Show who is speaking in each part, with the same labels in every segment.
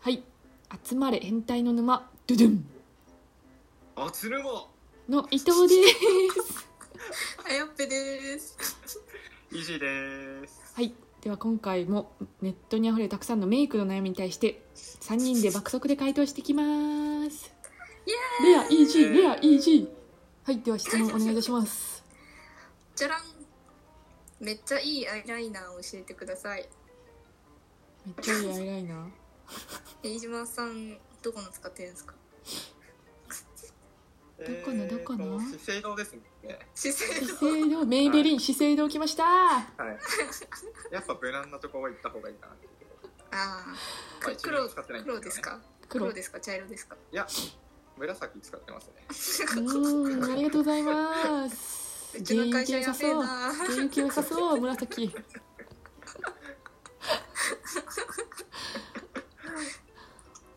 Speaker 1: はい集まれ変態の沼ドゥドゥン
Speaker 2: あつぬま
Speaker 1: の伊藤 です
Speaker 3: あやっぺです。
Speaker 2: イジーです
Speaker 1: はいでは今回もネットにあふれるたくさんのメイクの悩みに対して3人で爆速で回答してきます
Speaker 3: イ
Speaker 1: レア EG レア EG はいでは質問お願いいたします
Speaker 3: じゃらん。めっちゃいいアイライナーを教えてください。
Speaker 1: めっちゃいいアイライナー
Speaker 3: 飯島さん、どこの使ってるんですか。
Speaker 1: どこのどこの
Speaker 2: えーと資生堂ですね
Speaker 3: 資生
Speaker 1: 資
Speaker 3: 堂。
Speaker 1: 生堂メイベリン資生堂来ました
Speaker 2: はいやっぱ無難なとこは行った方がいいかな
Speaker 3: ああ。
Speaker 2: まあ
Speaker 3: く黒、
Speaker 2: 一応使ってないん
Speaker 3: 黒
Speaker 2: け
Speaker 3: で
Speaker 2: ど
Speaker 3: す
Speaker 2: ね
Speaker 3: か。
Speaker 1: 黒
Speaker 3: 黒
Speaker 1: う
Speaker 3: ですか、茶色ですか。
Speaker 2: 紫使ってますね
Speaker 1: ーんありがとうございます
Speaker 3: う
Speaker 1: 現
Speaker 3: ちの会
Speaker 1: 役
Speaker 3: 社
Speaker 1: 良
Speaker 3: や
Speaker 1: さ
Speaker 3: べえ
Speaker 1: そう
Speaker 3: な。
Speaker 1: 元気良さそう紫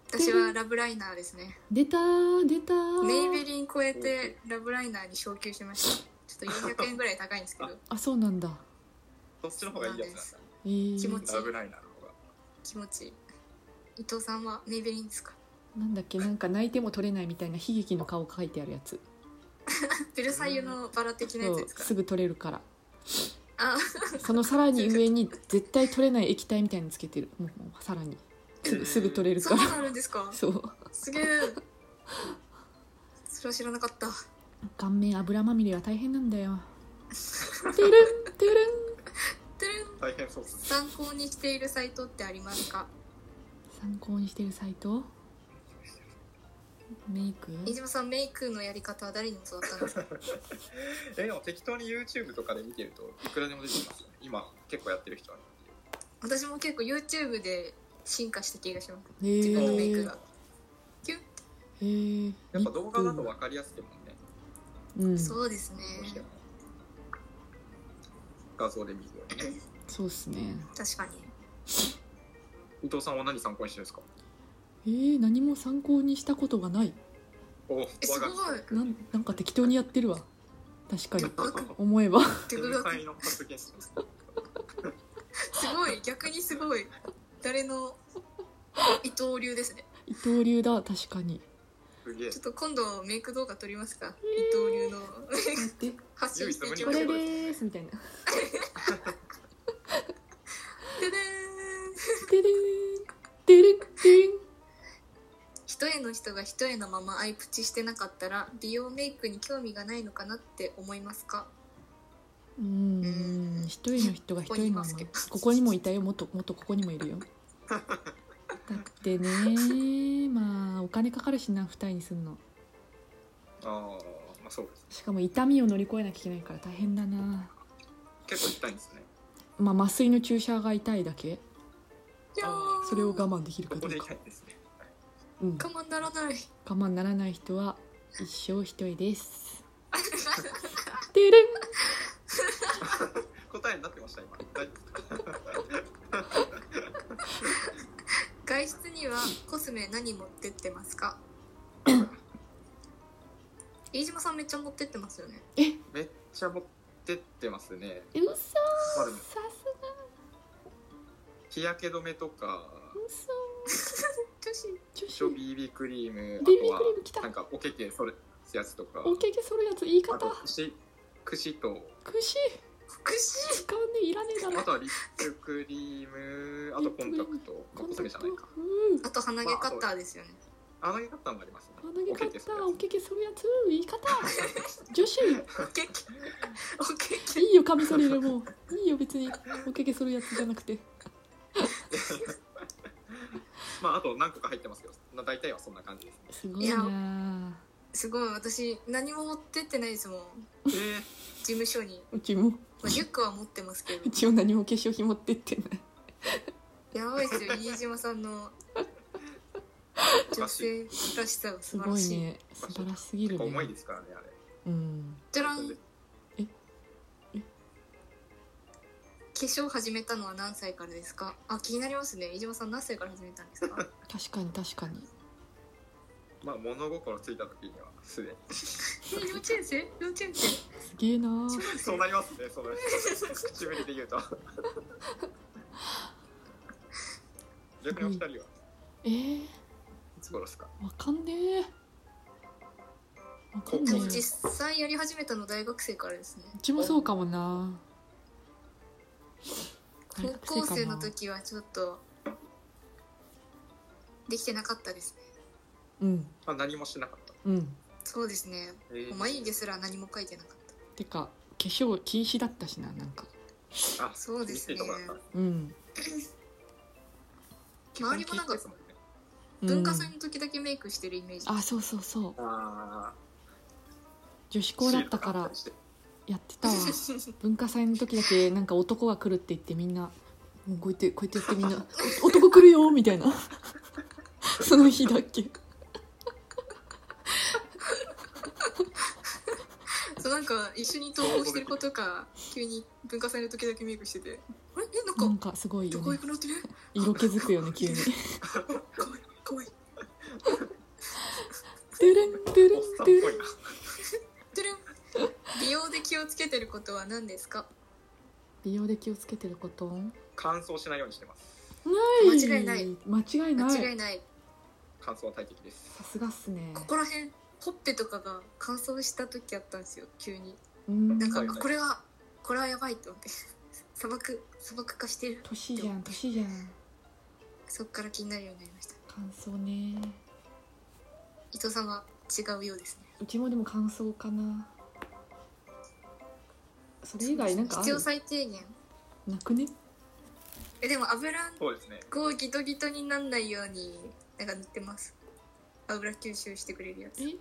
Speaker 3: 私はラブライナーですね。
Speaker 1: 出たー出たー
Speaker 3: メイベリン超えて、ラブライナーに昇級しました。ちょっと400円ぐらい高いんですけど、
Speaker 1: あそうなんだ
Speaker 2: そっちの方がいいやつなん
Speaker 1: えー
Speaker 3: 気持ち
Speaker 2: だ危ないなの方が
Speaker 3: 気持ちいい。伊藤さんはメイベリンですか。
Speaker 1: なんだっけなんか泣いても取れないみたいな悲劇の顔書いてあるやつ
Speaker 3: ベルサイユのバラ的な
Speaker 1: そ
Speaker 3: やつ
Speaker 1: う
Speaker 3: ですか。
Speaker 1: すぐ取れるから
Speaker 3: あ
Speaker 1: そのさらに上に絶対取れない液体みたいにつけてるもうもうさらにすぐすぐ取れ
Speaker 3: あ、
Speaker 1: る
Speaker 3: そ
Speaker 1: か
Speaker 3: んなの
Speaker 1: ら
Speaker 3: あるんですか。
Speaker 1: そう
Speaker 3: すげえ。それは知らなかった。
Speaker 1: 顔面油まみれは大変なんだよてるんてるん
Speaker 3: てれん
Speaker 2: 大変そうですね
Speaker 3: 参考にしているサイトってありますか。
Speaker 1: 参考にしてるサイトメイク
Speaker 3: 飯島さんメイクのやり方は誰に教わったん ですか。
Speaker 2: えでも適当に YouTube とかで見てるといくらでも出てきますね今結構やってる人は
Speaker 3: 私も結構 YouTube で進化した気がします。
Speaker 1: えー
Speaker 3: 自分のメイク
Speaker 1: え
Speaker 3: が。キュッ、
Speaker 1: ー
Speaker 2: やっぱ動画だと分かりやすいもんね
Speaker 1: うんそ
Speaker 3: そうですね。
Speaker 2: どうしても画像で見るよりね
Speaker 1: うっすね
Speaker 3: 確かに。
Speaker 2: 伊藤さんは何参考にしてるんですか
Speaker 1: えー、何も参考にしたことがない
Speaker 2: お
Speaker 3: え、す
Speaker 2: 我
Speaker 3: ご
Speaker 2: が
Speaker 3: い。
Speaker 1: なんなんか適当にやってるわ確かに
Speaker 3: 独 学。
Speaker 1: 思えば
Speaker 3: 独
Speaker 2: 天才
Speaker 3: 学。
Speaker 2: の発言者です
Speaker 3: すごい。逆にすごい。誰の。伊藤流ですね。
Speaker 1: 伊藤流だ確かに
Speaker 2: すげえ
Speaker 3: ちょっと今度メイク動画撮りますか。伊藤 流の。
Speaker 1: 待って
Speaker 3: 発信していき
Speaker 1: こ
Speaker 3: ましょ
Speaker 1: れ
Speaker 3: う。
Speaker 1: で
Speaker 3: で
Speaker 1: ーすみたいなてれんて
Speaker 3: でーん。
Speaker 1: れんてれん
Speaker 3: 一重の人が一重のままアイプチしてなかったら美容メイクに興味がないのかなって思いますか
Speaker 1: うーん一人の人が一人のままここにもいたよもっともっとここにもいるよだってねまあお金かかるしな二重にすんの
Speaker 2: ああまあそうです
Speaker 1: しかも痛みを乗り越えなきゃいけないから大変だな
Speaker 2: 結構痛いんですね
Speaker 1: まあ麻酔の注射が痛いだけ
Speaker 2: あ
Speaker 1: それを我慢できる
Speaker 2: こ
Speaker 1: かどう
Speaker 2: こで
Speaker 1: か
Speaker 2: 痛いんですね
Speaker 1: うん
Speaker 3: 我慢ならない
Speaker 1: 我慢ならない人は一生一人ですてれん
Speaker 2: 答えになってました今大丈夫ですか
Speaker 3: 外出にはコスメ何持ってってますか飯島さんめっちゃ持ってってますよね
Speaker 2: めっちゃ持ってってますね
Speaker 1: うそ
Speaker 2: まあ
Speaker 1: さ
Speaker 2: でも
Speaker 1: すが
Speaker 2: 日焼け止めとか
Speaker 1: うそ
Speaker 3: 女子
Speaker 1: 女
Speaker 2: 一応
Speaker 1: 子
Speaker 2: BB クリームあ
Speaker 1: BB
Speaker 2: とは
Speaker 1: クリームきた
Speaker 2: なんかおけけそれやつとか
Speaker 1: おけけそるやつ言い
Speaker 2: あ
Speaker 1: 方
Speaker 2: と串串と
Speaker 1: くし
Speaker 3: 福祉
Speaker 1: 使わねえいらねえだろ
Speaker 2: あとはリップクリームあとコンタクトまあコスメじゃないか
Speaker 1: うん
Speaker 3: あと鼻毛カッターですよね、
Speaker 2: あのやったのもありますね
Speaker 1: 鼻毛
Speaker 2: お
Speaker 1: 買
Speaker 2: け
Speaker 1: っ
Speaker 2: けそ
Speaker 1: た
Speaker 2: れや
Speaker 1: おけけそるやつ言い方女子
Speaker 3: おけけおけけ
Speaker 1: いいよカミソリでもういいよ別におけけそるやつじゃなくて
Speaker 2: つまああと何個か入ってますけどまあ大体はそんな感じです
Speaker 1: す
Speaker 2: ね
Speaker 1: ごいなあ
Speaker 3: すごい私何も持ってってないですもん
Speaker 2: え
Speaker 3: 事務所に、
Speaker 1: うちも
Speaker 3: まあ、リュックは持ってますけど
Speaker 1: うちも何も化粧品持ってってない
Speaker 3: やばいですよ飯島さんの女性らしさが
Speaker 1: す
Speaker 3: 素晴
Speaker 1: ご
Speaker 3: ら
Speaker 1: い
Speaker 3: しい。
Speaker 1: ね素晴らしすぎ
Speaker 2: え
Speaker 1: るね
Speaker 2: 重いですからねあれ
Speaker 1: うん
Speaker 3: じゃら
Speaker 2: え
Speaker 3: ん。化
Speaker 1: ええ
Speaker 3: 粧始めたのは何歳からですか。あ、気になりますね。飯島さん何歳から始めたんですか。
Speaker 1: 確かに確かに
Speaker 2: まあ物心ついた時にはすでに
Speaker 3: え幼稚園生？幼稚園生？
Speaker 1: すげえなあ
Speaker 2: そうなりますね、そうなります。口ぶりで 言うと。逆にお二人は。
Speaker 1: えー、
Speaker 2: いつ頃ですか
Speaker 1: わかんねえわかん
Speaker 3: で
Speaker 1: ねえ
Speaker 3: も
Speaker 1: う
Speaker 3: 実際やり始めたの大学生からですね
Speaker 1: ちもそうかもな大学
Speaker 3: 高校生
Speaker 1: かな
Speaker 3: の時はちょっとできてなかったですね
Speaker 1: うん
Speaker 2: あ何もしなかった。
Speaker 1: うん
Speaker 3: そうですね
Speaker 2: えー
Speaker 3: 眉毛すら何も書いてなかって
Speaker 1: か化粧禁止だったしななんか
Speaker 2: あ
Speaker 3: そうですね
Speaker 2: 見ていただい
Speaker 1: うん
Speaker 3: た周りもなんか
Speaker 2: たね
Speaker 1: うん
Speaker 3: 文化祭の時だけメイクしてるイメージ、
Speaker 1: あそうそうそう
Speaker 2: あ
Speaker 1: 女子
Speaker 2: ー
Speaker 1: 校だったか
Speaker 2: シールとあた
Speaker 1: ら
Speaker 2: りして
Speaker 1: やって たわ文化祭の時だけなんか男が来るって言ってみんなもうこうやってこうやってやってみんな 「お男来るよ」みたいな その日だっけ
Speaker 3: そうなんか一緒に登校してる子とか急に文化祭の時だけメイクしててあれえなん
Speaker 1: なん
Speaker 3: か
Speaker 1: かすごいよ
Speaker 3: どこ
Speaker 1: ね
Speaker 3: 行くなってね
Speaker 1: 色気づくよね急に
Speaker 3: かわいいかわいい
Speaker 1: 「ドゥルンドゥル
Speaker 2: おっ
Speaker 1: ン
Speaker 2: さ
Speaker 1: ド
Speaker 2: んっ
Speaker 1: ゥ
Speaker 2: ぽ
Speaker 1: ル
Speaker 2: い
Speaker 1: ン
Speaker 2: な。
Speaker 3: てるん美容で気をつけてることは何ですか」
Speaker 1: 美容で気をつけてることな
Speaker 2: 乾燥しないようにしてます。
Speaker 1: い
Speaker 3: 間違いない
Speaker 1: 間違いない
Speaker 3: 間違いない
Speaker 2: 乾燥は大敵です。
Speaker 1: さすがっすね
Speaker 3: ここら辺ほっぺとかが乾燥した時あったんですよ急に
Speaker 1: うん
Speaker 3: なんか、
Speaker 2: はい
Speaker 3: あ
Speaker 2: はい
Speaker 3: これはこれはやばいと思って 砂漠砂漠化してる
Speaker 1: 年じゃん年じゃん
Speaker 3: そっから気になるようになりました
Speaker 1: 乾燥ね
Speaker 3: 伊藤さんは違うようですね
Speaker 1: うちもでも乾燥かなそれ以外なんかあ
Speaker 3: 必
Speaker 1: る
Speaker 3: 要最低限
Speaker 1: なくね
Speaker 3: えでも油
Speaker 2: そうですね。
Speaker 3: こうギトギトになんないようになんか塗ってます油吸収してくれるや
Speaker 1: え
Speaker 3: つ
Speaker 1: ー、な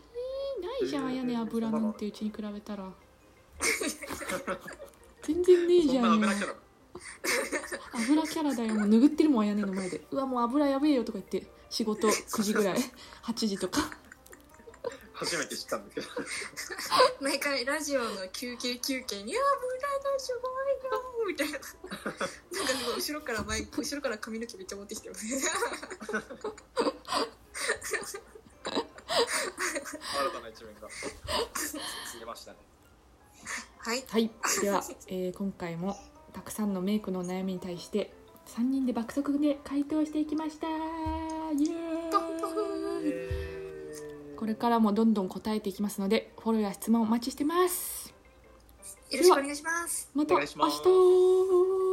Speaker 1: いじゃんあやね油なんてうちに比べたら全然ねえ
Speaker 2: そ
Speaker 1: じ
Speaker 2: ん
Speaker 1: ゃ
Speaker 2: なん
Speaker 1: よ
Speaker 2: 油キャラ。
Speaker 1: 油キャラだよもう拭ってるもんあやねの前でうわもう油やべえよとか言って仕事9時ぐらい8時とか
Speaker 2: 初めて知ったんですけど。
Speaker 3: 毎回ラジオの休憩休憩に「いや油のすごいよ」みたいななんかすごい後ろから前後ろから髪の毛めっちゃ持ってきてますね
Speaker 2: 新たな一 面が。見えましたね。
Speaker 3: はい
Speaker 1: はいでは、 えー今回もたくさんのメイクのお悩みに対して3人で爆速で回答していきましたイエ
Speaker 3: パフパ
Speaker 1: ーイ
Speaker 3: フ
Speaker 1: これからもどんどん答えていきますのでフォローや質問お待ちしてます
Speaker 3: よろしくお願いします
Speaker 1: また
Speaker 2: お
Speaker 1: 明
Speaker 2: 願いします
Speaker 1: 日